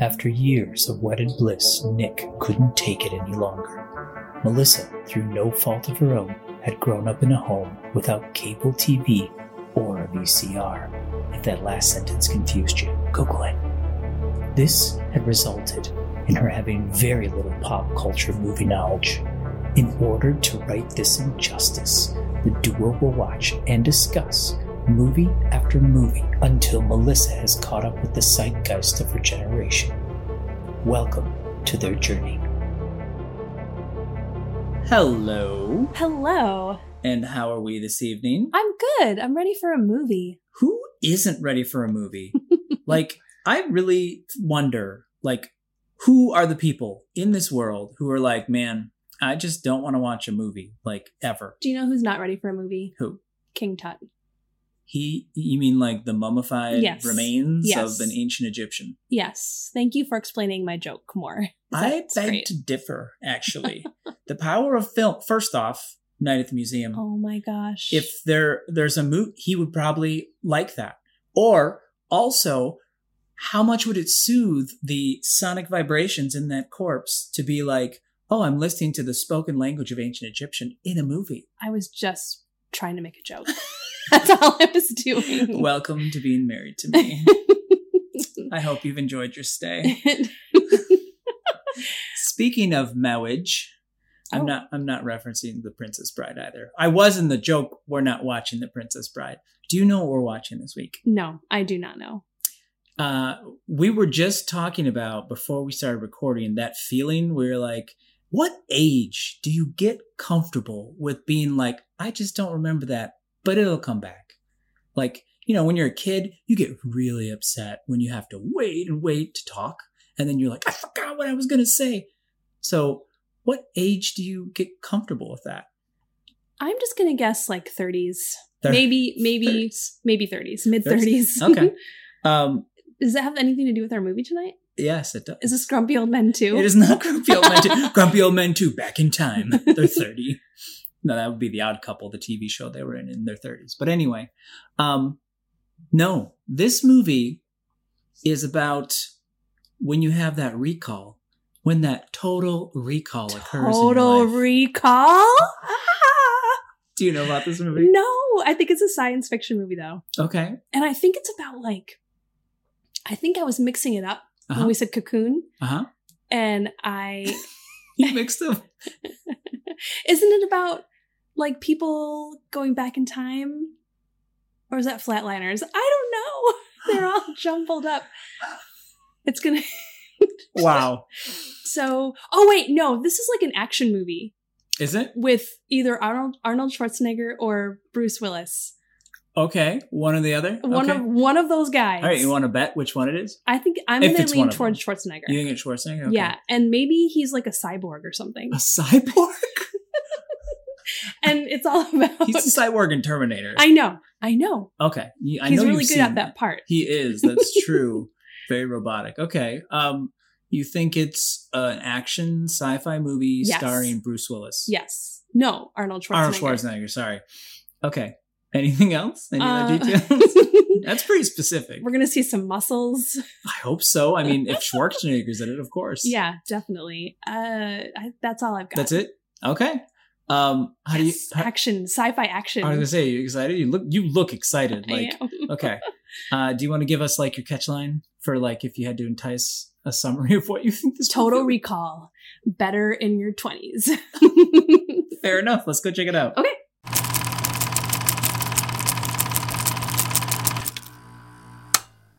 After years of wedded bliss, Nick couldn't take it any longer. Melissa, through no fault of her own, had grown up in a home without cable TV or a VCR. If that last sentence confused you, Google it. This had resulted in her having very little pop culture movie knowledge. In order to right this injustice, the duo will watch and discuss movie after movie until Melissa has caught up with the zeitgeist of her generation. Welcome to their journey. Hello, Hello. and how are we this evening? I'm good. I'm ready for a movie. Who isn't ready for a movie? like, I really wonder, like, who are the people in this world who are like, man, I just don't want to watch a movie, like, ever? Do you know who's not ready for a movie? Who? King Tut. He, you mean like the mummified Yes. remains Yes. of an ancient Egyptian? Yes. Thank you for explaining my joke more. I That's beg great. to differ, actually. the power of film. First off, Night at the Museum. Oh my gosh. If there there's a moot, he would probably like that. Or also, how much would it soothe the sonic vibrations in that corpse to be like, oh, I'm listening to the spoken language of ancient Egyptian in a movie? I was just trying to make a joke. That's all I was doing. Welcome to being married to me. I hope you've enjoyed your stay. Speaking of marriage, I'm Oh. not. I'm not referencing the Princess Bride either. I was in the joke. We're not watching the Princess Bride. Do you know what we're watching this week? no, I do not know. Uh, we were just talking about before we started recording that feeling. We were like, "What age do you get comfortable with being like, I just don't remember that, but it'll come back." Like you know, when you're a kid, you get really upset when you have to wait and wait to talk, and then you're like, "I forgot what I was gonna say." So, what age do you get comfortable with that? I'm just gonna guess like 30s, Thir- maybe, maybe, thirties. maybe 30s, mid 30s. okay. Um, Does that have anything to do with our movie tonight? yes, it does. Is this Grumpy Old Men too? It is not grumpy old men. Two. grumpy old men two back in time. They're thirty. No, that would be the Odd Couple, the TV show they were in in their thirties. But anyway, um, no, this movie is about when you have that recall, when that total recall occurs. in Total your life. Recall. Ah! Do you know about this movie? No, I think it's a science fiction movie though. Okay. And I think it's about like I think I was mixing it up Uh when huh. we said cocoon Uh-huh. and I You mixed up. isn't it about like people going back in time? Or is that flatliners? I don't know. They're all jumbled up. It's gonna Wow. so oh wait, no, this is like an action movie Is it with either Arnold Arnold Schwarzenegger or Bruce Willis. okay? One or the other. One okay. of one of those guys. All right. You want to bet which one it is? I think I'm If gonna it's one lean of them. towards Schwarzenegger. You think it's Schwarzenegger? Okay. Yeah, and maybe he's like a cyborg or something. A cyborg. And it's all about. He's a cyborg in Terminator. I know, I know. okay, You- I he's know really you've good seen at that part. He is. That's true. Very robotic. Okay. Um, you think it's uh, an action sci-fi movie Yes. starring Bruce Willis? Yes. No, Arnold Schwarzenegger. Arnold Schwarzenegger. Sorry. Okay. Anything else? Any other Uh, details? That's pretty specific. We're gonna see some muscles. I hope so. I mean, if Schwarzenegger's in it, of course. Yeah, definitely. Uh, I, that's all I've got. That's it. Okay. Um, how Yes, do you? How, action, sci-fi action. I was gonna say, you excited? You look. You look excited. I Like am. Okay. Uh, do you want to give us like your catch line for like if you had to entice a summary of what you think this Total movie- Recall. Better in your twenties. Fair enough. Let's go check it out. Okay.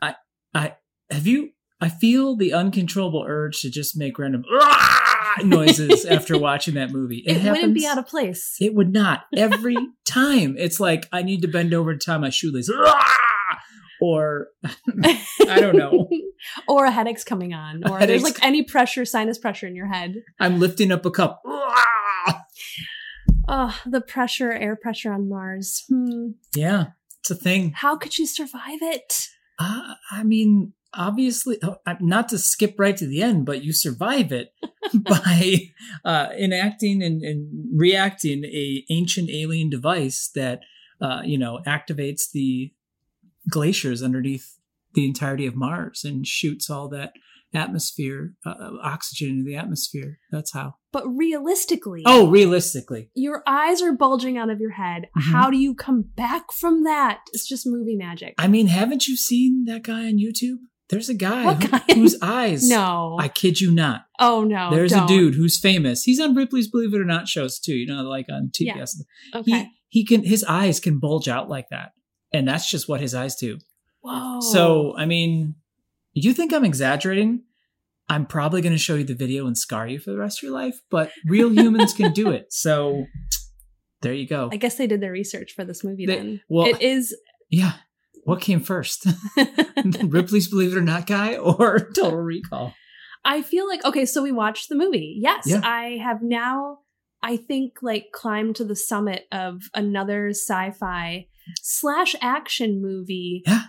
I I have you. I feel the uncontrollable urge to just make random "Ah!" noises after watching that movie. it wouldn't be happens. out of place. It would not. Every time. It's like, I need to bend over to tie my shoelace. "Ah!" Or, I don't know. or a headache's coming on, A or there's headache's- like any pressure, sinus pressure in your head. I'm lifting up a cup. "Ah!" Oh, the pressure, air pressure on Mars. Hmm. Yeah, it's a thing. How could you survive it? Uh, I mean, obviously, uh, not to skip right to the end, but you survive it by uh, enacting and, and reacting a ancient alien device that uh, you know activates the glaciers underneath the entirety of Mars and shoots all that atmosphere, uh, uh, oxygen into the atmosphere. That's how. But realistically, Oh, realistically. your eyes are bulging out of your head. Mhm. How do you come back from that? It's just movie magic. I mean, haven't you seen that guy on YouTube? There's a guy, What who- guy? whose eyes. no. I kid you not. oh no. There's don't. a dude who's famous. He's on Ripley's Believe It or Not shows too. You know, like on TBS. Yeah. He Okay. he can his eyes can bulge out like that, and that's just what his eyes do. Whoa. So I mean, you think I'm exaggerating? I'm probably going to show you the video and scar you for the rest of your life. But real humans can do it. So there you go. I guess they did their research for this movie They- then. well- it is yeah. What came first, Ripley's Believe It or Not guy or Total Recall? I feel like okay, so we watched the movie. Yes, Yeah. I have now I think like climbed to the summit of another sci-fi slash action movie Yeah.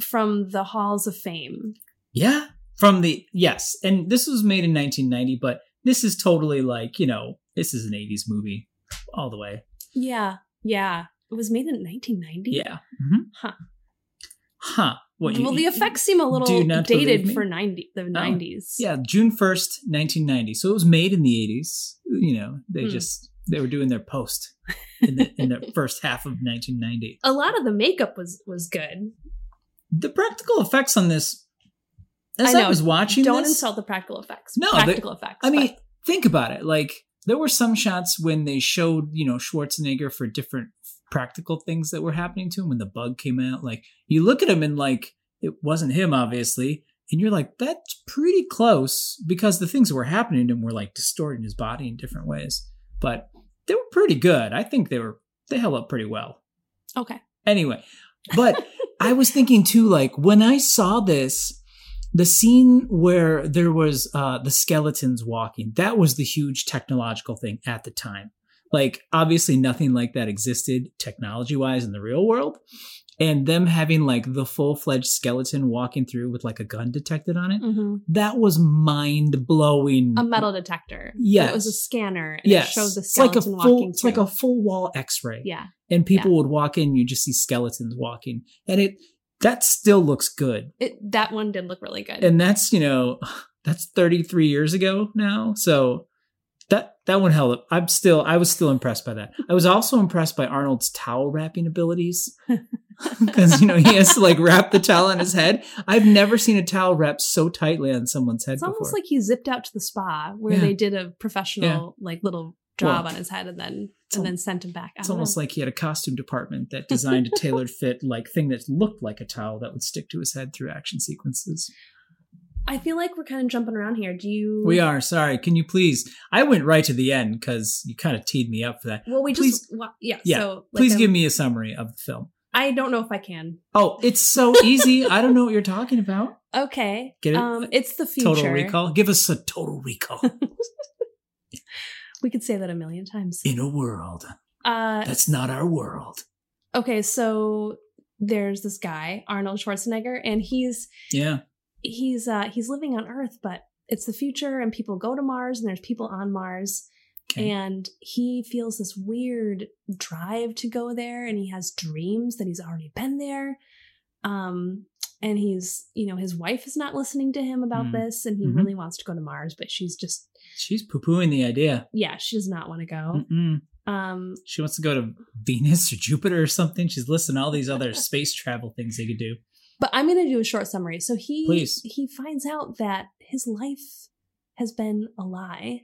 from the halls of fame. Yeah. From the yes, and this was made in 1990, but this is totally like you know this is an 80s movie all the way. Yeah, yeah. It was made in 1990. Yeah. Mhm. Huh. Huh. What, you- well, the effects seem a Do you little not believe dated me? Oh, for 90 the 90s. Yeah, June 1st, 1990. So it was made in the 80s. You know, they Hmm. just they were doing their post in the in the first half of 1990. A lot of the makeup was was good. The practical effects on this as I I, know. was watching Don't this, insult the practical effects. No, they- practical effects. I mean, but- think about it. Like there were some shots when they showed, you know, Schwarzenegger for different practical things that were happening to him when the bug came out. Like you look at him and like it wasn't him, obviously, and you're like, that's pretty close because the things that were happening to him were like distorting his body in different ways. But they were pretty good. I think they were they held up pretty well okay. anyway but i was thinking too like when i saw this the scene where there was uh the skeletons walking that was the huge technological thing at the time like obviously nothing like that existed technology wise in the real world and them having like the full-fledged skeleton walking through with like a gun detected on it hmm that was mind-blowing A metal detector. Yes. It was a scanner. And yes It showed the it's like skeleton a full walking it's like through. a full wall x-ray Yeah. and people would walk in you just see skeletons walking and it that still looks good It, that one did look really good. and that's you know that's 33 years ago now so that that one held up i'm still i was still impressed by that i was also impressed by arnold's towel wrapping abilities because you know he has to like wrap the towel on his head i've never seen a towel wrapped so tightly on someone's head it's before almost like he zipped out to the spa where Yeah. they did a professional Yeah. like little job Well, on his head and then it's and al- then sent him back. I it's don't almost know. like he had a costume department that designed a tailored fit like thing that looked like a towel that would stick to his head through action sequences I feel like we're kind of jumping around here. Do you? We are sorry. Can you please? I went right to the end because you kind of teed me up for that. Well, we Please- just wa- yeah. Yeah. So like, Please um, give me a summary of the film. I don't know if I can. Oh, it's so easy. I don't know what you're talking about. Okay. Get it? Um, it's the future. Total Recall. Give us a Total Recall We could say that a million times. in a world Uh, that's not our world. okay. So there's this guy Arnold Schwarzenegger, and he's Yeah, he's uh he's living on earth but it's the future and people go to mars and there's people on mars Okay. and he feels this weird drive to go there and he has dreams that he's already been there um and he's you know his wife is not listening to him about Mm. this and he Mhm. really wants to go to mars but she's just she's poo pooing the idea. yeah she does not want to go Mm-mm. um She wants to go to Venus or Jupiter or something. She's listing all these other space travel things they could do. But I'm going to do a short summary. So he Please. he finds out that his life has been a lie.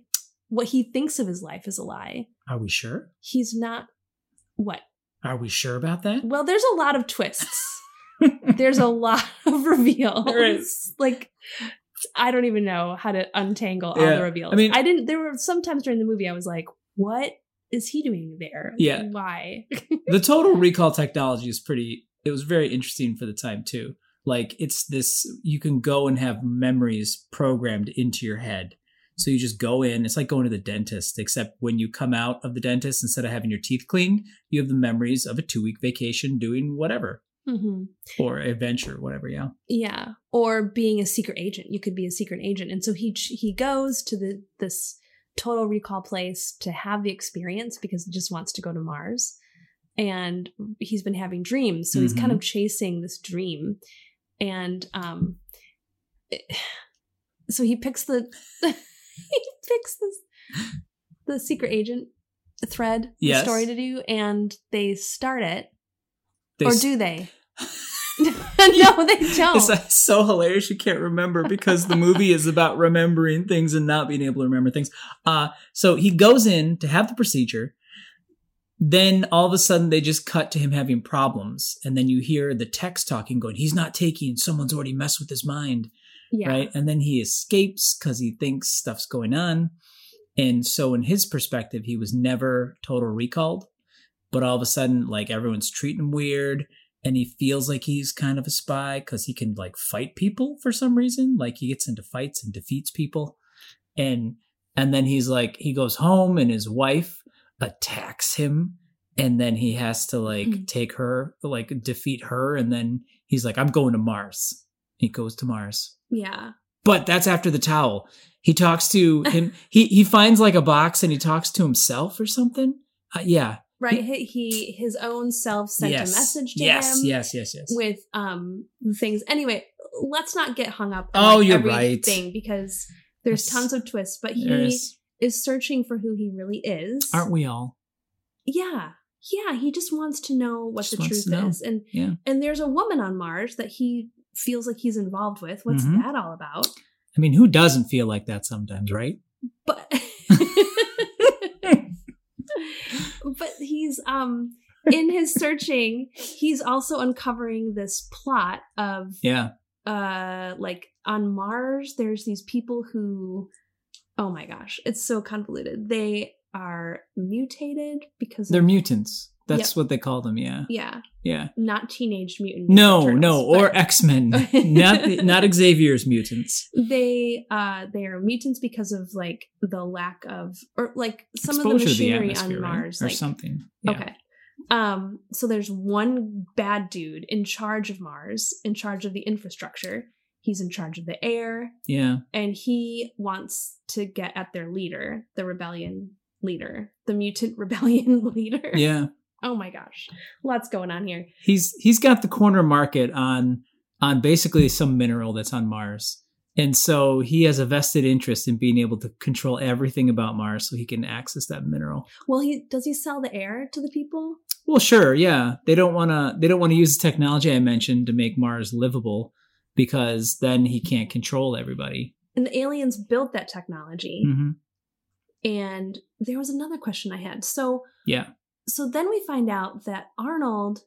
What he thinks of his life is a lie. Are we sure? He's not what? Are we sure about that? Well, there's a lot of twists. there's a lot of reveals. Right. Like I don't even know how to untangle all Yeah. the reveals. I I mean- mean, I didn't there were sometimes during the movie I was like, what is he doing there? Yeah. Why? the total recall technology is pretty it was very interesting for the time too like it's this you can go and have memories programmed into your head so you just go in it's like going to the dentist except when you come out of the dentist instead of having your teeth cleaned you have the memories of a two week vacation doing whatever hmm or adventure whatever yeah Yeah, or being a secret agent. You could be a secret agent, and so he he goes to the this total recall place to have the experience because he just wants to go to Mars, and he's been having dreams, so he's Mm-hmm. kind of chasing this dream, and um, it- eh, so he picks the he picks this the secret agent thread the Yes. story to do and they start it They or s- do they no they It's don't uh, so hilarious you can't remember because the movie is about remembering things and not being able to remember things. Uh, so he goes in to have the procedure. Then all of a sudden they just cut to him having problems. And then you hear the text talking going, he's not taking, someone's already messed with his mind. yeah Right. And then he escapes because he thinks stuff's going on. And so in his perspective, he was never total recalled. But all of a sudden, like everyone's treating him weird and he feels like he's kind of a spy because he can like fight people for some reason. Like he gets into fights and defeats people. And and then he's like he goes home and his wife attacks him and then he has to like Mm. take her like defeat her and then he's like I'm going to Mars. He goes to Mars. yeah But that's after the towel. He talks to him. he he finds like a box and he talks to himself or something. Uh, yeah. right he, he his own self sent yes. a message to yes, him Yes. Yes. Yes. with um things anyway let's not get hung up on Oh, like, you're right. everything because there's Yes. tons of twists but he There is. is. searching for who he really is Aren't we all? yeah yeah he just wants to know what Just the wants truth to know. is and Yeah. and there's a woman on mars that he feels like he's involved with what's Mhm. that all about I mean, who doesn't feel like that sometimes, right? but but he's um in his searching he's also uncovering this plot of Yeah. uh like on Mars there's these people who oh my gosh, it's so convoluted. They are mutated because They're of, mutants. That's what they call them. Yeah. yeah, Yeah. not teenage mutant. No, Ninja Turtles, no, or X Men, not the- not Xavier's mutants. but they uh they are mutants because of like the lack of or like some of the Exposure to machinery on atmosphere, right? Mars or like something. Yeah. Okay. Um, so there's one bad dude in charge of Mars, in charge of the infrastructure. He's in charge of the air, Yeah. and he wants to get at their leader, the rebellion leader, the mutant rebellion leader. Yeah. Oh my gosh. Lots going on here. he's he's got the corner market on on basically some mineral that's on Mars. And so he has a vested interest in being able to control everything about Mars so he can access that mineral. Well, he does he sell the air to the people? Well, sure, yeah. They don't want to they don't want to use the technology I mentioned to make Mars livable because then he can't control everybody. And the aliens built that technology. hmm And there was another question I had. So Yeah. so then we find out that Arnold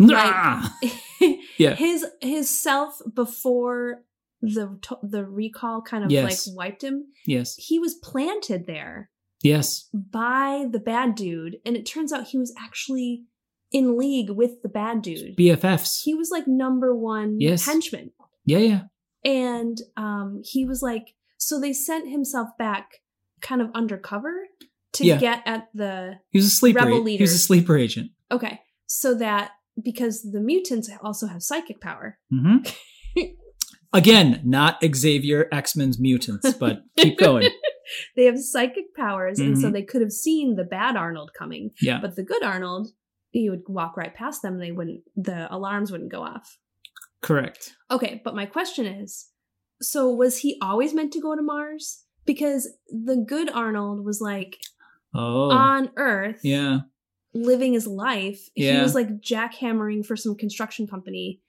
Nah! Yeah. his his self before the to- the recall kind of Yes. like wiped him Yes. he was planted there Yes. by the bad dude and it turns out he was actually in league with the bad dude BFFs. he was like number one Yes. henchman Yeah, yeah. and um he was like so they sent himself back kind of undercover to Yeah. get at the He was a sleeper. Rebel agent. He was leader. a sleeper agent. okay so that because the mutants also have psychic power hmm Mm-hmm. Again, not Xavier X Men's mutants, but keep going. they have psychic powers, and so Mhm. they could have seen the bad Arnold coming. Yeah. But the good Arnold, he would walk right past them. They wouldn't. The alarms wouldn't go off. Correct. Okay, but my question is, so was he always meant to go to Mars? Because the good Arnold was like Oh, on Earth, yeah. living his life. He Yeah. was like jackhammering for some construction company,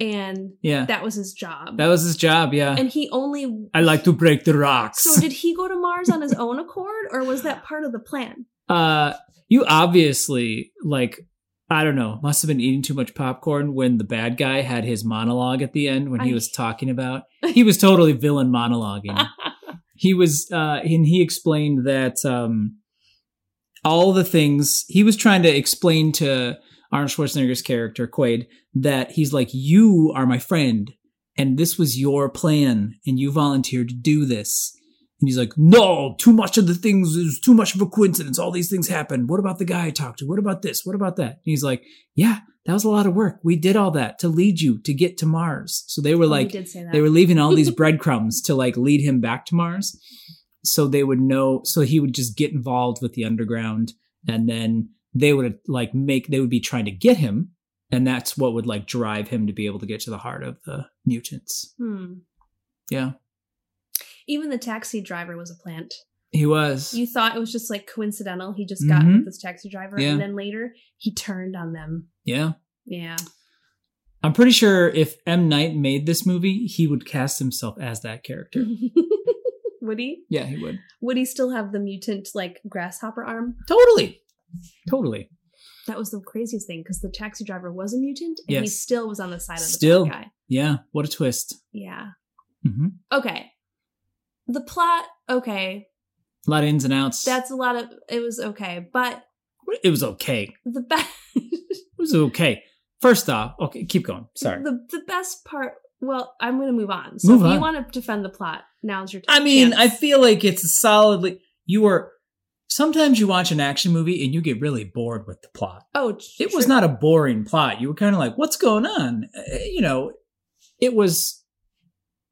and Yeah. that was his job. That was his job. Yeah. and he only. I like to break the rocks. So did he go to Mars on his own accord, or was that part of the plan? uh, you obviously, like, I don't know, must have been eating too much popcorn when the bad guy had his monologue at the end when he I- was talking about. He was totally villain monologuing. he was, uh, and he explained that um, all the things he was trying to explain to Arnold Schwarzenegger's character, Quaid, that he's like, You are my friend, and this was your plan, and you volunteered to do this. And he's like, No, too much of the things is too much of a coincidence. All these things happen. What about the guy I talked to? What about this? What about that? And he's like, Yeah, that was a lot of work. We did all that to lead you to get to Mars. So they were Oh, like, he did say that. they were leaving all these breadcrumbs to like lead him back to Mars. So they would know, so he would just get involved with the underground and then they would like make, they would be trying to get him. And that's what would like drive him to be able to get to the heart of the mutants. Hmm. Yeah. Even the taxi driver was a plant. He was. You thought it was just like coincidental. He just got Mhm. with this taxi driver, Yeah. and then later he turned on them. yeah. Yeah. I'm pretty sure if M. Knight made this movie, he would cast himself as that character. would he? yeah, he would. Would he still have the mutant like grasshopper arm? Totally. Totally. That was the craziest thing because the taxi driver was a mutant, and he Yes. still was on the side of the Still. still. guy. Yeah. What a twist. Yeah. hmm Okay. The plot. Okay, A lot of ins and outs. that's a lot of. It was okay, but it was okay. It the best. was okay. First off, okay, keep going. Sorry. The the best part. Well, I'm going to move on. So Move if on. you want to defend the plot, now's your time. I mean, I feel like it's solidly you are sometimes you watch an action movie and you get really bored with the plot. oh, It was not a boring plot. You were kind of like, what's going on? Uh, you know, it was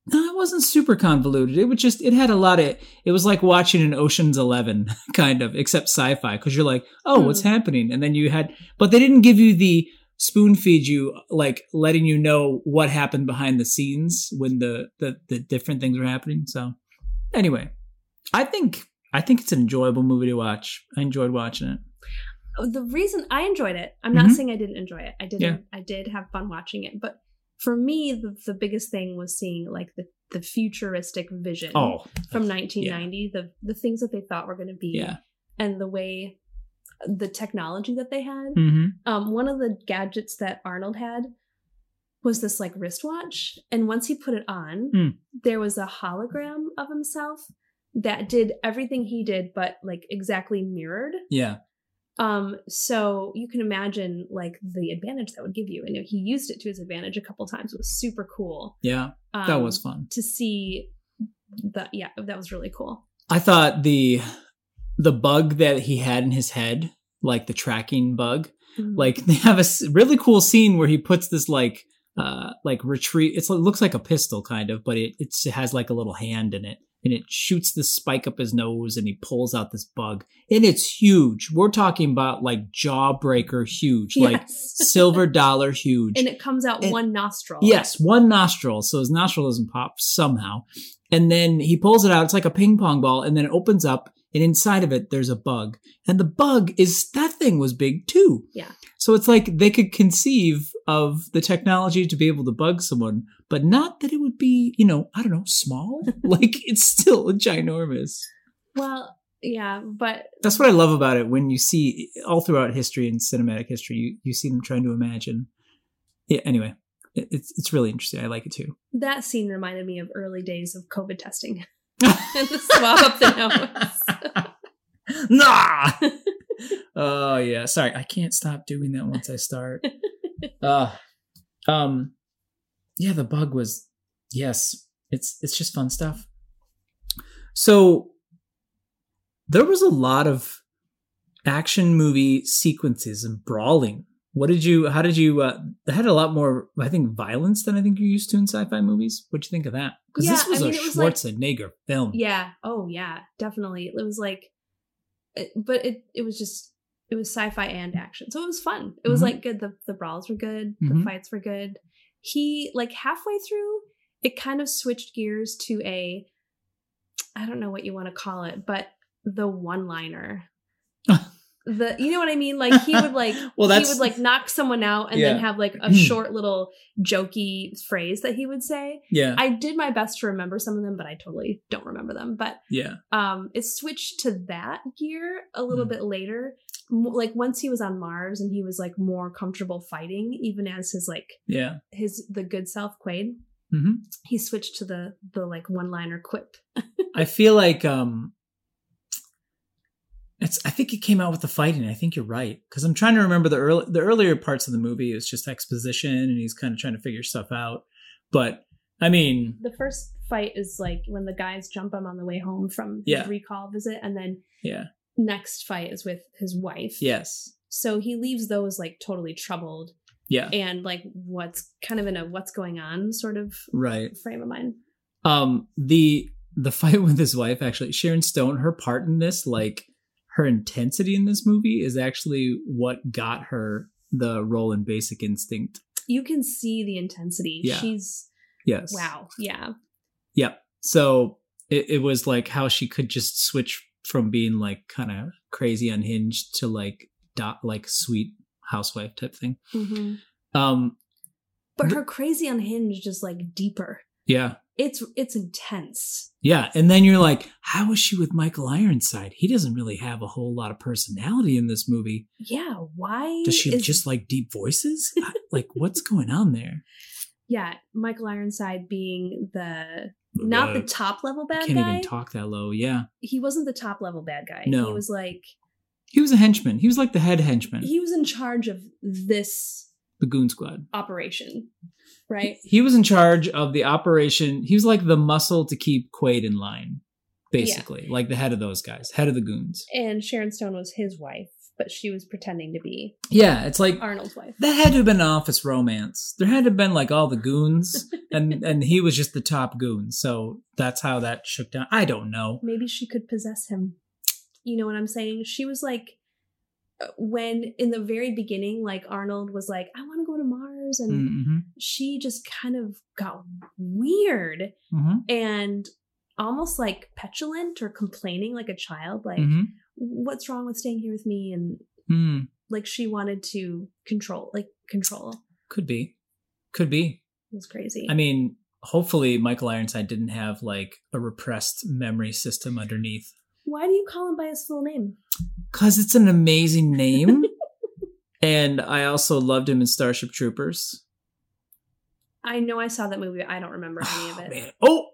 no, it wasn't super convoluted. It was just it had a lot of it was like watching an Ocean's 11 kind of, except sci-fi cuz you're like, "Oh, what's Hmm. happening?" And then you had but they didn't give you the spoon feed you like letting you know what happened behind the scenes when the the, the different things were happening. So, anyway, I think I think it's an enjoyable movie to watch. I enjoyed watching it. the reason I enjoyed it, I'm Mhm. not saying I didn't enjoy it. I did. Yeah. I did have fun watching it, but for me, the, the biggest thing was seeing like the, the futuristic vision Oh, from 1990, the the things that they thought were going to be, yeah. and the way the technology that they had. Mhm. Um, one of the gadgets that Arnold had was this like wristwatch, and once he put it on, Hmm. there was a hologram of himself that did everything he did, but like exactly mirrored. Yeah. Um, so you can imagine like the advantage that would give you. And he used it to his advantage a couple times. It was super cool. Yeah. Um, That was fun. to see. That yeah, that was really cool. I thought the the bug that he had in his head, like the tracking bug, like they have a s- really cool scene where he puts this like uh like retrieve it's, it looks like a pistol kind of but it it's, it has like a little hand in it and it shoots this spike up his nose and he pulls out this bug and it's huge we're talking about like jawbreaker huge like yes. silver dollar huge and it comes out and- one nostril. Yes, one nostril. So his nostril doesn't pop somehow. And then he pulls it out. It's like a ping pong ball. And then it opens up. And inside of it, there's a bug. And the bug is that thing was big too. Yeah. So it's like they could conceive of the technology to be able to bug someone, but not that it would be, you know, I don't know, small. like it's still ginormous. Well, yeah, but That's what I love about it. When you see all throughout history and cinematic history, you, you see them trying to imagine. Yeah. Anyway, it, it's it's really interesting. I like it too. that scene reminded me of early days of COVID testing and the swab up the nose. nah. oh yeah. Sorry, I can't stop doing that once I start. Uh, um, yeah, the bug was yes. It's it's just fun stuff. So there was a lot of action movie sequences and brawling. What did you? How did you? Uh, it had a lot more, I think, violence than I think you're used to in sci-fi movies. What'd you think of that? Because this Yeah, I was mean, a it was like- Schwarzenegger film. Yeah. Oh, yeah. Definitely. It was like, it, but it it was just it was sci-fi and action, so it was fun. It was Mhm. like good. The the brawls were good. Mhm. The fights were good. He like halfway through, it kind of switched gears to a, I don't know what you want to call it, but the one-liner. The you know what I mean? Like he would like well, he would like knock someone out and then Yeah. have like a short little jokey phrase that he would say. yeah, I did my best to remember some of them, but I totally don't remember them. But yeah, um, it switched to that gear a little Hmm. bit later. M- Like once he was on Mars and he was like more comfortable fighting, even as his like yeah. his the good self Quaid, hmm he switched to the the like one liner quip. I feel like um, it's. I think it came out with the fighting. I think you're right because I'm trying to remember the early the earlier parts of the movie. It's just exposition, and he's kind of trying to figure stuff out. But I mean, The first fight is like when the guys jump him on the way home from his Yeah. recall visit, and then yeah, next fight is with his wife. yes, So he leaves those like totally troubled yeah, and like what's kind of in a what's going on sort of right. frame of mind. Um, the the fight with his wife actually, Sharon Stone, her part in this, like her intensity in this movie, is actually what got her the role in Basic Instinct. you can see the intensity. Yeah. She's Yes. wow. Yeah. Yep. So it, it was like how she could just switch from being like kind of crazy unhinged to like dot like sweet housewife type thing. Mhm. Um, But her crazy unhinged is like deeper. yeah, It's it's intense. yeah. And then you're like, how is she with Michael Ironside? He doesn't really have a whole lot of personality in this movie. Yeah. Why Does she is- just like deep voices? I- like, what's going on there? Yeah, Michael Ironside being the not the top level bad Uh, can't guy. even talk that low. Yeah, He wasn't the top level bad guy. No. He was like he was a henchman. He was like the head henchman, he was in charge of this the goon squad. operation, right? He was in charge of the operation. He was like the muscle to keep Quaid in line, basically, like the head of those guys, head of the goons. And Sharon Stone was his wife, but she was pretending to be Yeah, it's like Arnold's wife. that had to have been an office romance. There had to have been like all the goons, and and he was just the top goon. So that's how that shook down. I don't know. Maybe she could possess him. You know what I'm saying? She was like uh, when in the very beginning like Arnold was like I want to go to Mars and Mm-hmm. she just kind of got weird. Mm-hmm. and almost like petulant or complaining like a child like hmm what's wrong with staying here with me and Mm, like she wanted to control like control it could be, could be. was crazy I mean, hopefully Michael Ironside didn't have like a repressed memory system underneath. why do you call him by his full name Cause it's an amazing name. and I also loved him in Starship Troopers. i know i saw that movie but i don't remember any of Oh, it man. Oh,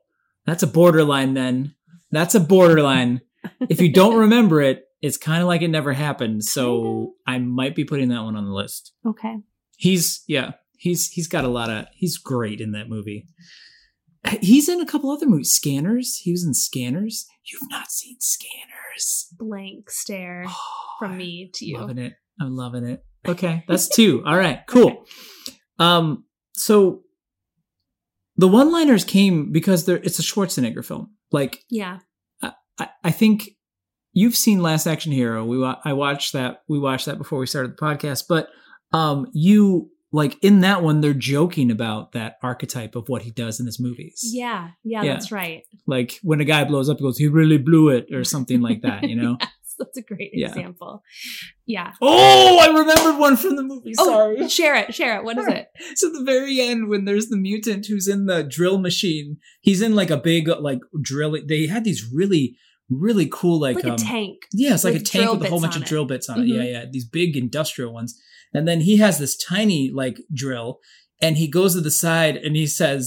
that's a borderline then. That's a borderline. If you don't remember it, it's kind of like it never happened. So I might be putting that one on the list. okay He's yeah, he's he's got a lot of he's great in that movie. He's in a couple other movies. Scanners. He was in Scanners. You've not seen Scanners. blank stare Oh, from me to you Loving it. I'm loving it. Okay, that's two. All right, cool. Um, so the one-liners came because they're it's a Schwarzenegger film. Like yeah I, I think you've seen Last Action Hero. We wa- I watched that. We watched that before we started the podcast. But um, you like in that one, they're joking about that archetype of what he does in his movies. yeah yeah, Yeah. that's right Like when a guy blows up, he goes, "He really blew it," or something like that. You know? yes, that's a great Yeah. example yeah oh, I remembered one from the movie. Sorry. oh share it share it what is it So the very end, when there's the mutant who's in the drill machine, he's in like a big like drill. They had these really, really cool like, like, um, a tank Yeah, it's like with a tank drill with a whole bits bunch on of it. Mm-hmm. drill bits on it. Yeah, yeah. These big industrial ones. And then he has this tiny like drill and he goes to the side and he says,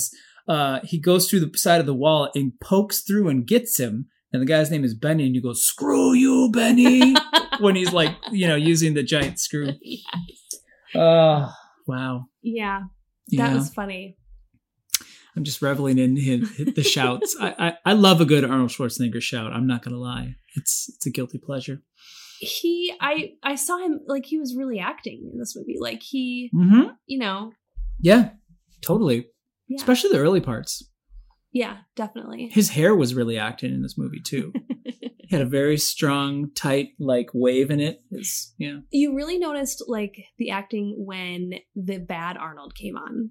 uh, he goes through the side of the wall and pokes through and gets him. And the guy's name is Benny and you go, screw you, Benny. when he's like, you know, using the giant screw. yeah, Oh, wow. yeah that Yeah. was funny I'm just reveling in his, the shouts. I, I, I love a good Arnold Schwarzenegger shout. I'm not going to lie. It's, it's a guilty pleasure. he i i saw him like he was really acting in this movie like he Mm-hmm. you know Yeah, totally. yeah Especially the early parts. yeah definitely His hair was really acting in this movie too. he had a very strong, tight, like wave in it. It's, yeah. you really noticed like the acting when the bad arnold came on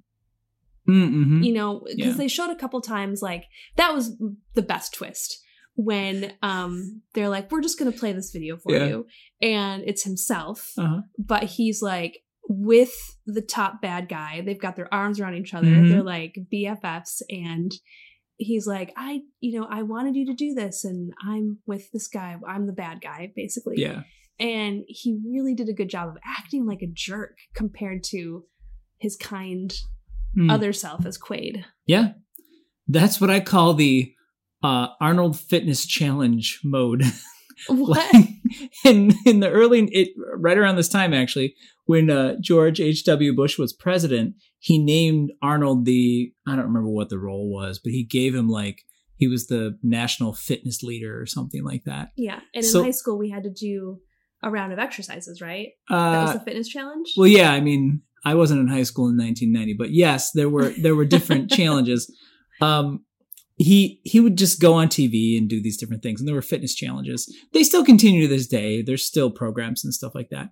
Mm-hmm. you know because Yeah. they showed a couple times like that was the best twist when um they're like we're just gonna play this video for Yeah. you and it's himself Uh-huh. but he's like with the top bad guy. They've got their arms around each other. Mhm. They're like BFFs and he's like, "I, you know, I wanted you to do this and I'm with this guy. I'm the bad guy basically." Yeah. And he really did a good job of acting like a jerk compared to his kind Mm. other self as Quaid. yeah. That's what I call the uh, Arnold Fitness Challenge mode. What? Like, in in the early it right around this time actually when uh, George H W Bush was president, he named Arnold the I don't remember what the role was, but he gave him like he was the national fitness leader or something like that. yeah. And in So- high school we had to do a round of exercises, right? That Uh, was the fitness challenge. well, yeah, I mean, I wasn't in high school in 1990, but yes, there were there were different challenges. Um, he he would just go on TV and do these different things, and there were fitness challenges. They still continue to this day. There's still programs and stuff like that.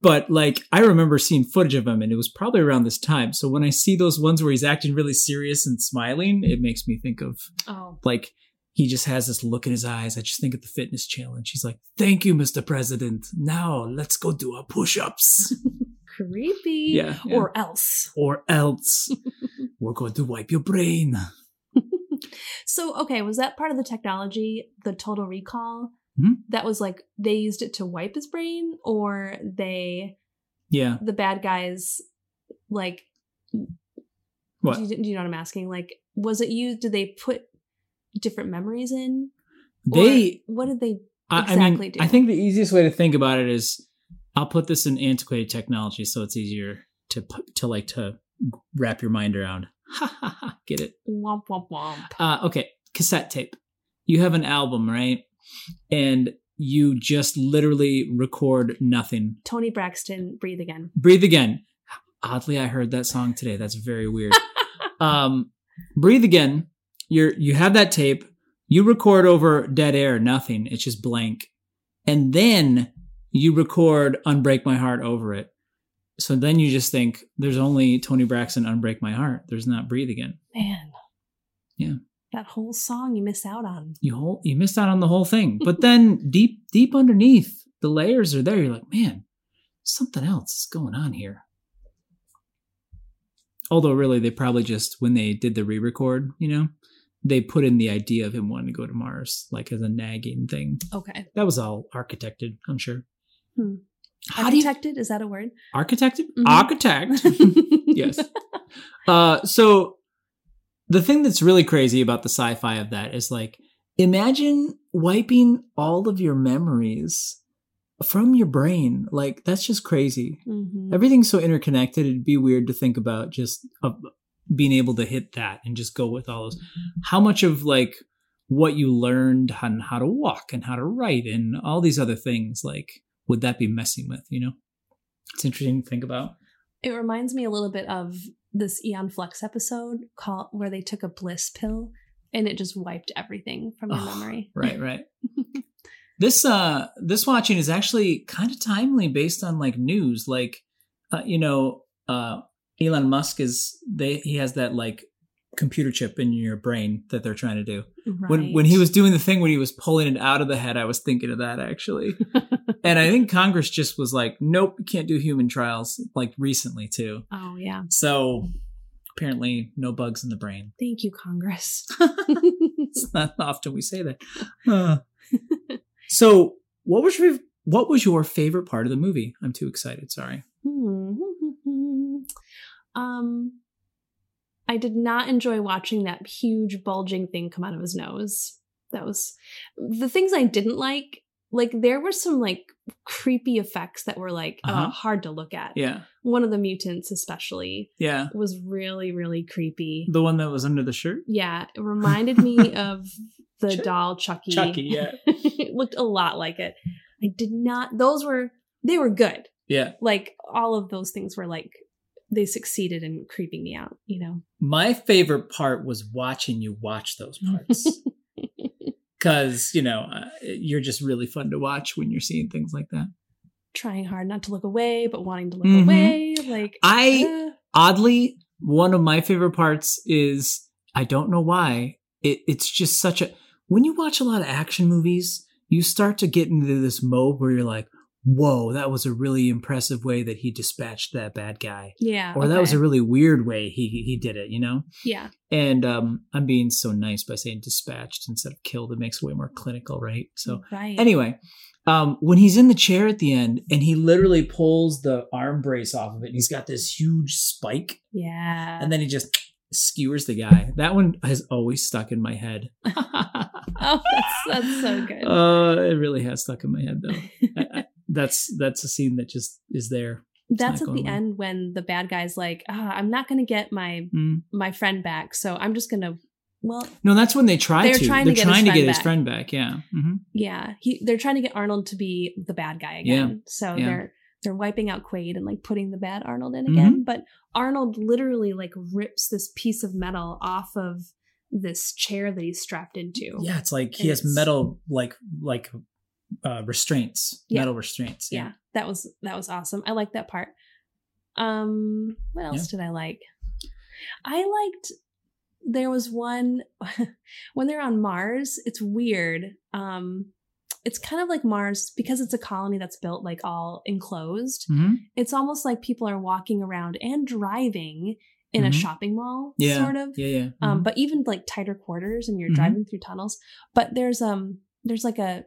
But like, I remember seeing footage of him, and it was probably around this time. So when I see those ones where he's acting really serious and smiling, it makes me think of oh. like he just has this look in his eyes. I just think of the fitness challenge. He's like, "Thank you, Mr. President. Now let's go do our push-ups." Creepy. Yeah, yeah. Or else. or else we're going to wipe your brain. So, okay, was that part of the technology, the total recall? Mhm. That was like they used it to wipe his brain, or they, Yeah. the bad guys, like, What? Do, you, do you know what I'm asking? Like, was it used? Did they put different memories in? Or They what did they? I, I exactly mean, do. I think the easiest way to think about it is I'll put this in antiquated technology so it's easier to p- to like to wrap your mind around. Ha ha ha. Get it? Womp womp womp. Uh, okay, cassette tape. You have an album, right? And you just literally record nothing. Tony Braxton, breathe again. Breathe again. Oddly, I heard that song today. That's very weird. um, breathe again. You're you have that tape. You record over dead air, nothing. It's just blank, and then you record "Unbreak My Heart" over it. So then you just think, "There's only Tony Braxton "Unbreak My Heart." There's not "Breathe Again." Man. Yeah. That whole song you miss out on. you whole you missed out on the whole thing. But then deep deep underneath, the layers are there. You're like, man, something else is going on here. Although really, they probably just when they did the re-record, you know, they put in the idea of him wanting to go to Mars, like as a nagging thing. Okay. That was all architected, I'm sure. Hmm. How do you Architected? Is that a word? architected? Mhm. Architect. yes. Uh, so the thing that's really crazy about the sci-fi of that is like imagine wiping all of your memories from your brain. Like that's just crazy. Mhm. Everything's so interconnected. It'd be weird to think about just uh, being able to hit that and just go with all those. How much of like what you learned on how to walk and how to write and all these other things like would that be messing with? You know, it's interesting to think about. It reminds me a little bit of this Eon Flux episode called where they took a bliss pill and it just wiped everything from your Ugh, memory. right right this uh this watching is actually kind of timely based on like news like uh, you know uh elon musk is they he has that like computer chip in your brain that they're trying to do Right. when when he was doing the thing when he was pulling it out of the head i was thinking of that actually and i think congress just was like nope you can't do human trials like recently too Oh yeah. so apparently no bugs in the brain Thank you, Congress. it's not often we say that. Uh, so, what was your what was your favorite part of the movie? I'm too excited. Sorry. Hmm. um I did not enjoy watching that huge bulging thing come out of his nose. That was the things I didn't like. Like there were some like creepy effects that were like uh, Uh-huh. hard to look at. Yeah, One of the mutants especially yeah. was really really creepy. The one that was under the shirt. yeah, it reminded me of the Chuck- doll Chucky. Chucky, yeah. it looked a lot like it. I did not those were they were good Yeah. like all of those things were like they succeeded in creeping me out you know My favorite part was watching you watch those parts. Because, you know, uh, you're just really fun to watch when you're seeing things like that. trying hard not to look away but wanting to look Mhm. away like I uh, oddly, one of my favorite parts is I don't know why. It, it's just such a when you watch a lot of action movies, you start to get into this mode where you're like, "Whoa, that was a really impressive way that he dispatched that bad guy," yeah or "That was a okay. really weird way he he did it," you know. yeah And um, I'm being so nice by saying dispatched instead of killed. It makes it way more clinical, right? So right Anyway, um, when he's in the chair at the end and he literally pulls the arm brace off of it, and he's got this huge spike, yeah and then he just skewers the guy. That one has always stuck in my head. oh that's that's so good Uh, it really has stuck in my head though. I- I- that's that's a scene that just is there. that's not at the going well. end when the bad guy's like ah, i'm not gonna get my Mm. my friend back so i'm just gonna well No, that's when they try They're to. trying to They're get his trying to friend get his back. friend back. Yeah. hmm yeah he they're trying to get arnold to be the bad guy Yeah. again so Yeah. Mm-hmm. they're they're wiping out quaid and like putting the bad arnold in again but arnold literally like rips this piece of metal off of this chair that he's strapped into Yeah, it's like he And has it's- metal like like uh, restraints, Yeah. metal restraints. Yeah, that was that was awesome i liked that part um what else did i like i liked there was one when they're on Mars. It's weird. Um, it's kind of like Mars because it's a colony that's built like all enclosed. Mm-hmm. It's almost like people are walking around and driving in a Mhm. shopping mall, Yeah. sort of. Yeah, Mm-hmm. yeah. Um, but even like tighter quarters, and you're Mhm. driving through tunnels. But there's um there's like a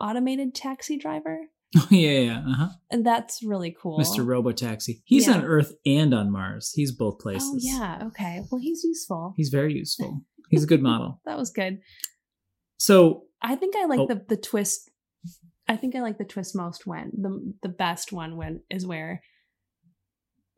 automated taxi driver, Mhm. yeah, yeah, yeah. Uh-huh. and that's really cool. Mr. Robotaxi. He's Yeah. on Earth and on Mars. He's both places. Oh yeah, okay. Well, he's useful. He's very useful. He's a good model. That was good. So I think I like Oh. the the twist. I think I like the twist most when the the best one when is where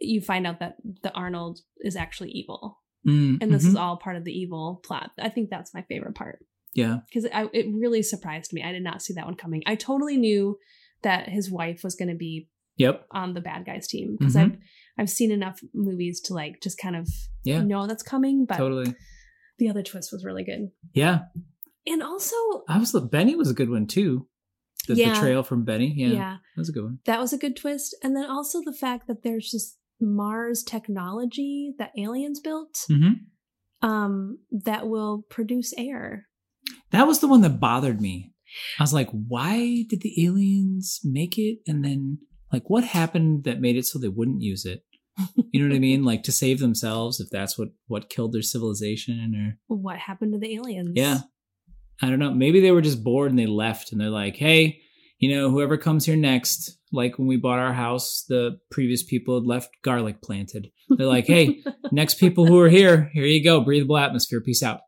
you find out that the Arnold is actually evil, mm, and this is mhm. all part of the evil plot. I think that's my favorite part yeah. because I it really surprised me. I did not see that one coming. I totally knew that his wife was going to be Yep. on the bad guys team because Mm-hmm. I've I've seen enough movies to like just kind of Yeah. know that's coming. But Totally. the other twist was really good, Yeah. and also I was look Benny was a good one too. The Yeah. betrayal from Benny. Yeah, yeah. That was a good one. that was a good twist and then also the fact that there's just mars technology that aliens built Mhm. um that will produce air That was the one that bothered me. I was like, why did the aliens make it? And then like what happened that made it so they wouldn't use it? You know what I mean? Like to save themselves if that's what what killed their civilization or what happened to the aliens Yeah. I don't know. Maybe they were just bored and they left and they're like, hey, you know, whoever comes here next, like when we bought our house, the previous people had left garlic planted. They're like, hey, next people who are here, here you go. Breathable atmosphere. Peace out.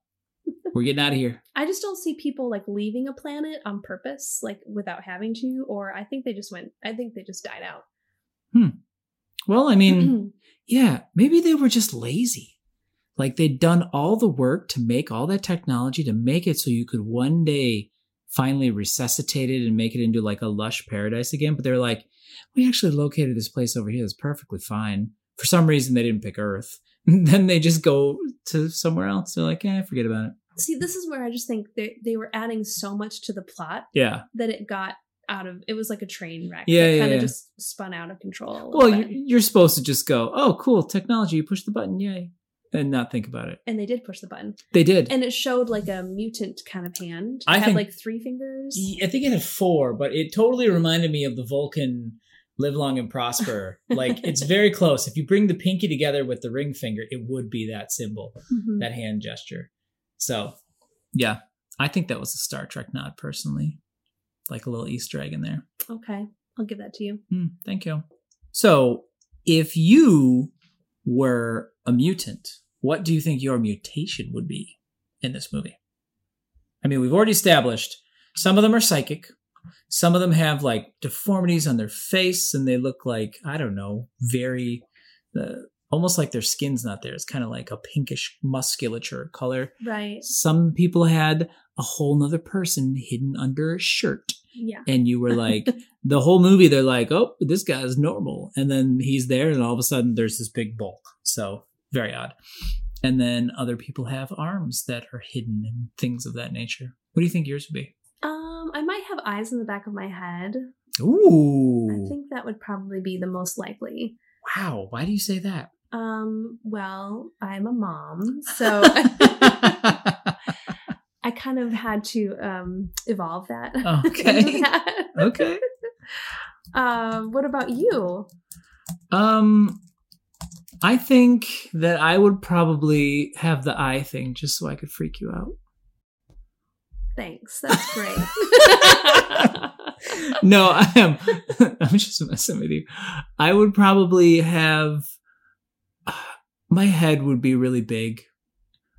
We're getting out of here. i just don't see people like leaving a planet on purpose like without having to or i think they just went i think they just died out Well, I mean, yeah, maybe they were just lazy. Like they'd done all the work to make all that technology to make it so you could one day finally resuscitate it and make it into like a lush paradise again. But they're like, we actually located this place over here that's perfectly fine. For some reason, they didn't pick Earth. then they just go to somewhere else. They're like, eh, forget about it. see this is where i just think they, they were adding so much to the plot Yeah. that it got out of it was like a train wreck Yeah, it yeah, kind of yeah. just spun out of control a little Well, bit. you're, you're supposed to just go, oh, cool, technology, you push the button, yay, and not think about it. and they did push the button They did. and it showed like a mutant kind of hand. I I had think- like three fingers. I think it had four, but it totally reminded me of the Vulcan "Live Long and Prosper." like it's very close. If you bring the pinky together with the ring finger, it would be that symbol, Mhm. that hand gesture. So, yeah, I think that was a Star Trek nod, personally, like a little Easter egg in there. Okay, I'll give that to you. Hmm, thank you. So, if you were a mutant, what do you think your mutation would be in this movie? I mean, we've already established some of them are psychic. Some of them have like deformities on their face and they look like, I don't know, very uh, almost like their skin's not there. It's kind of like a pinkish musculature color. Right. Some people had a whole nother person hidden under a shirt Yeah. and you were like the whole movie they're like oh this guy's normal and then he's there and all of a sudden there's this big bulk so very odd and then other people have arms that are hidden and things of that nature what do you think yours would be Um, I might have eyes in the back of my head. I ooh think that would probably be the most likely. wow why do you say that Um, well, I'm a mom, so I kind of had to um evolve that. Okay. okay Um, what about you? um i think that i would probably have the eye thing just so i could freak you out Thanks. That's great. no, I am. I'm just messing with you. I would probably have. My head would be really big.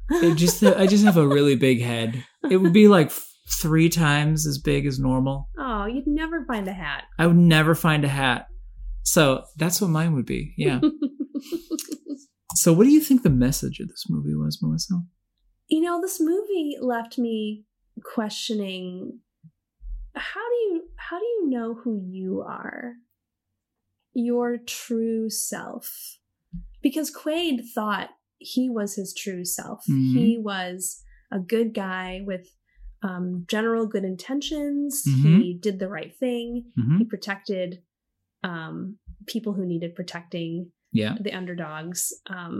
It just, I just have a really big head. It would be like f- three times as big as normal. oh, you'd never find a hat. I would never find a hat. So that's what mine would be. Yeah. So what do you think the message of this movie was, Melissa? you know this movie left me questioning how do you how do you know who you are your true self because quaid thought he was his true self Mhm. he was a good guy with um, general good intentions he Mhm. did the right thing Mm-hmm. he protected um, people who needed protecting Yeah. the underdogs. Um,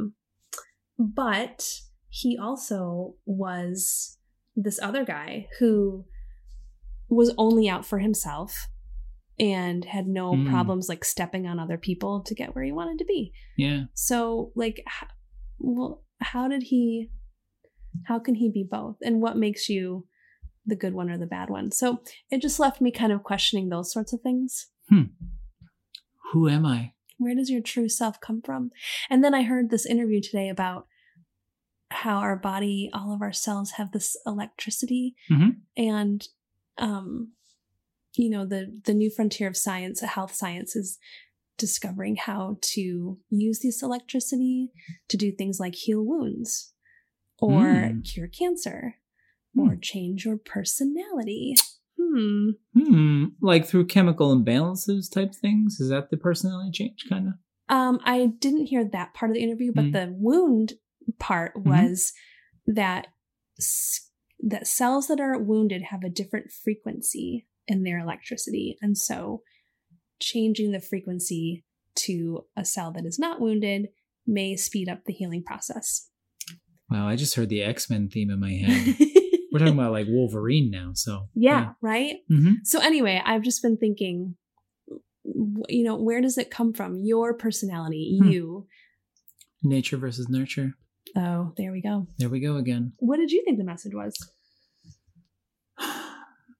but he also was this other guy who was only out for himself and had no Mm. problems like stepping on other people to get where he wanted to be. Yeah. So, like, h- well, how did he? How can he be both? And what makes you the good one or the bad one? So it just left me kind of questioning those sorts of things. Who am I? Where does your true self come from? And then I heard this interview today about how our body, all of our cells have this electricity, Mhm. and um, you know the the new frontier of science, health science, is discovering how to use this electricity to do things like heal wounds, or Mm. cure cancer, Hmm. or change your personality. Hmm. Hmm. Like through chemical imbalances type things? Is that the personality change kind of? Um, I didn't hear that part of the interview, but Mm. Mm-hmm. the wound part was that s- that cells that are wounded have a different frequency in their electricity, and so changing the frequency to a cell that is not wounded may speed up the healing process. Wow, I just heard the X Men theme in my head. We're talking about like Wolverine now, so yeah, right. yeah. Mhm. So anyway, I've just been thinking, w- you know, where does it come from? Your personality, Hmm. you. Nature versus nurture. Oh, there we go. There we go again. What did you think the message was?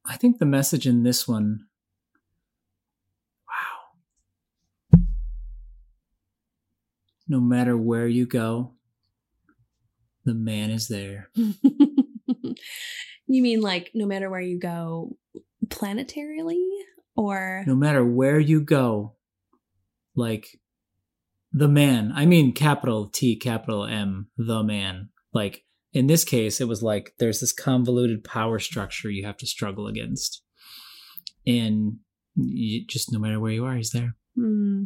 I think the message in this one. Wow. No matter where you go, the man is there. you mean like no matter where you go planetarily or No matter where you go, like the man. I mean, capital T, capital M, the man. Like in this case, it was like there's this convoluted power structure you have to struggle against. And you, just no matter where you are, he's there. Hmm.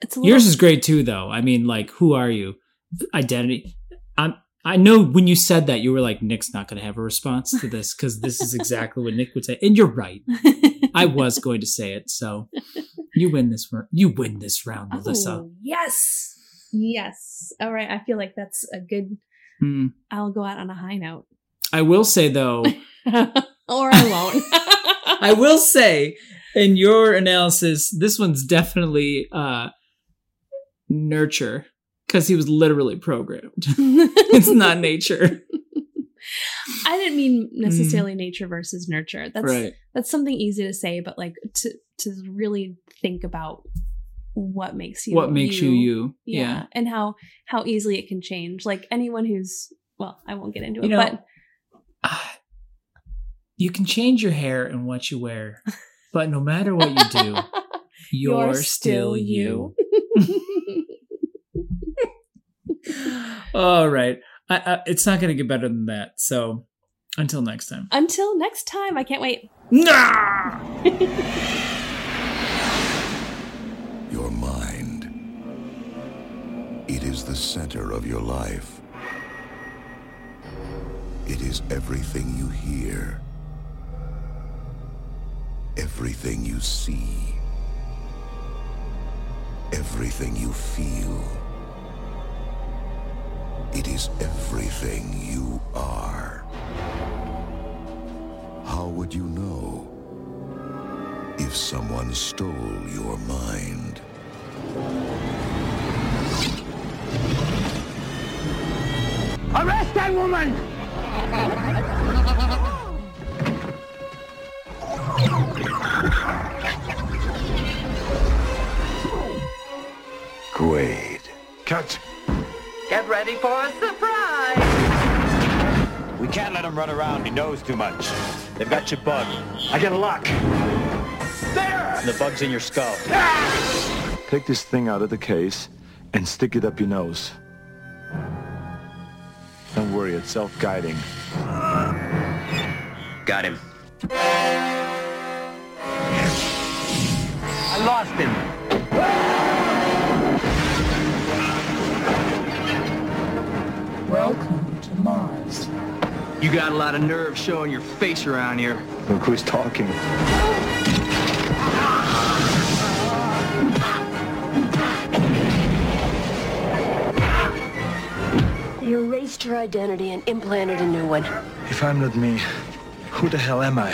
it's a little Yours is great too, though. I mean, like, who are you? Identity. I'm. I know when you said that, you were like, Nick's not going to have a response to this because this is exactly what Nick would say, and you're right. I was going to say it, so you win this. round. you win this round, Melissa. oh, yes yes all right i feel like that's a good Hmm. i'll go out on a high note I will say though, or i won't I will say, in your analysis, this one's definitely uh, nurture because he was literally programmed. it's not nature, i didn't mean necessarily nature versus nurture that's right? that's something easy to say but like to to really think about what makes you What makes you you? yeah. and how how easily it can change like anyone who's well i won't get into it You know- but Ah, you can change your hair and what you wear, but no matter what you do, you're, still you. All right. I, I, it's not going to get better than that. So until next time. until next time i can't wait Nah! Your mind. It is the center of your life. It is everything you hear, everything you see, everything you feel. It is everything you are. How would you know? if someone stole your mind. Arrest that woman! Quaid. Cut. Get ready for a surprise! We can't let him run around. He knows too much. They've got your bug, I got a lock. and the bug's in your skull. Take this thing out of the case and stick it up your nose. Don't worry, it's self-guiding. Got him. I lost him. You got a lot of nerve showing your face around here. Look who's talking. You erased her identity and implanted a new one. If I'm not me, who the hell am I?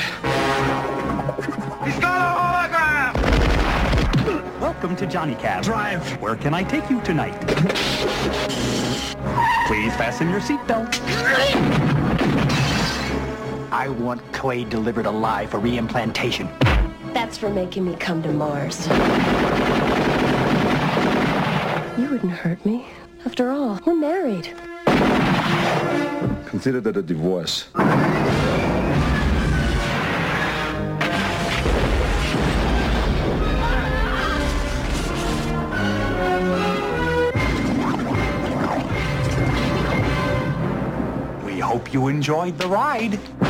He's got a hologram! Welcome to Johnny Cab. Drive! Where can I take you tonight? Please fasten your seatbelt. I want Quaid delivered alive for reimplantation. That's for making me come to Mars. You wouldn't hurt me. After all, we're married. Consider that a divorce. We hope you enjoyed the ride.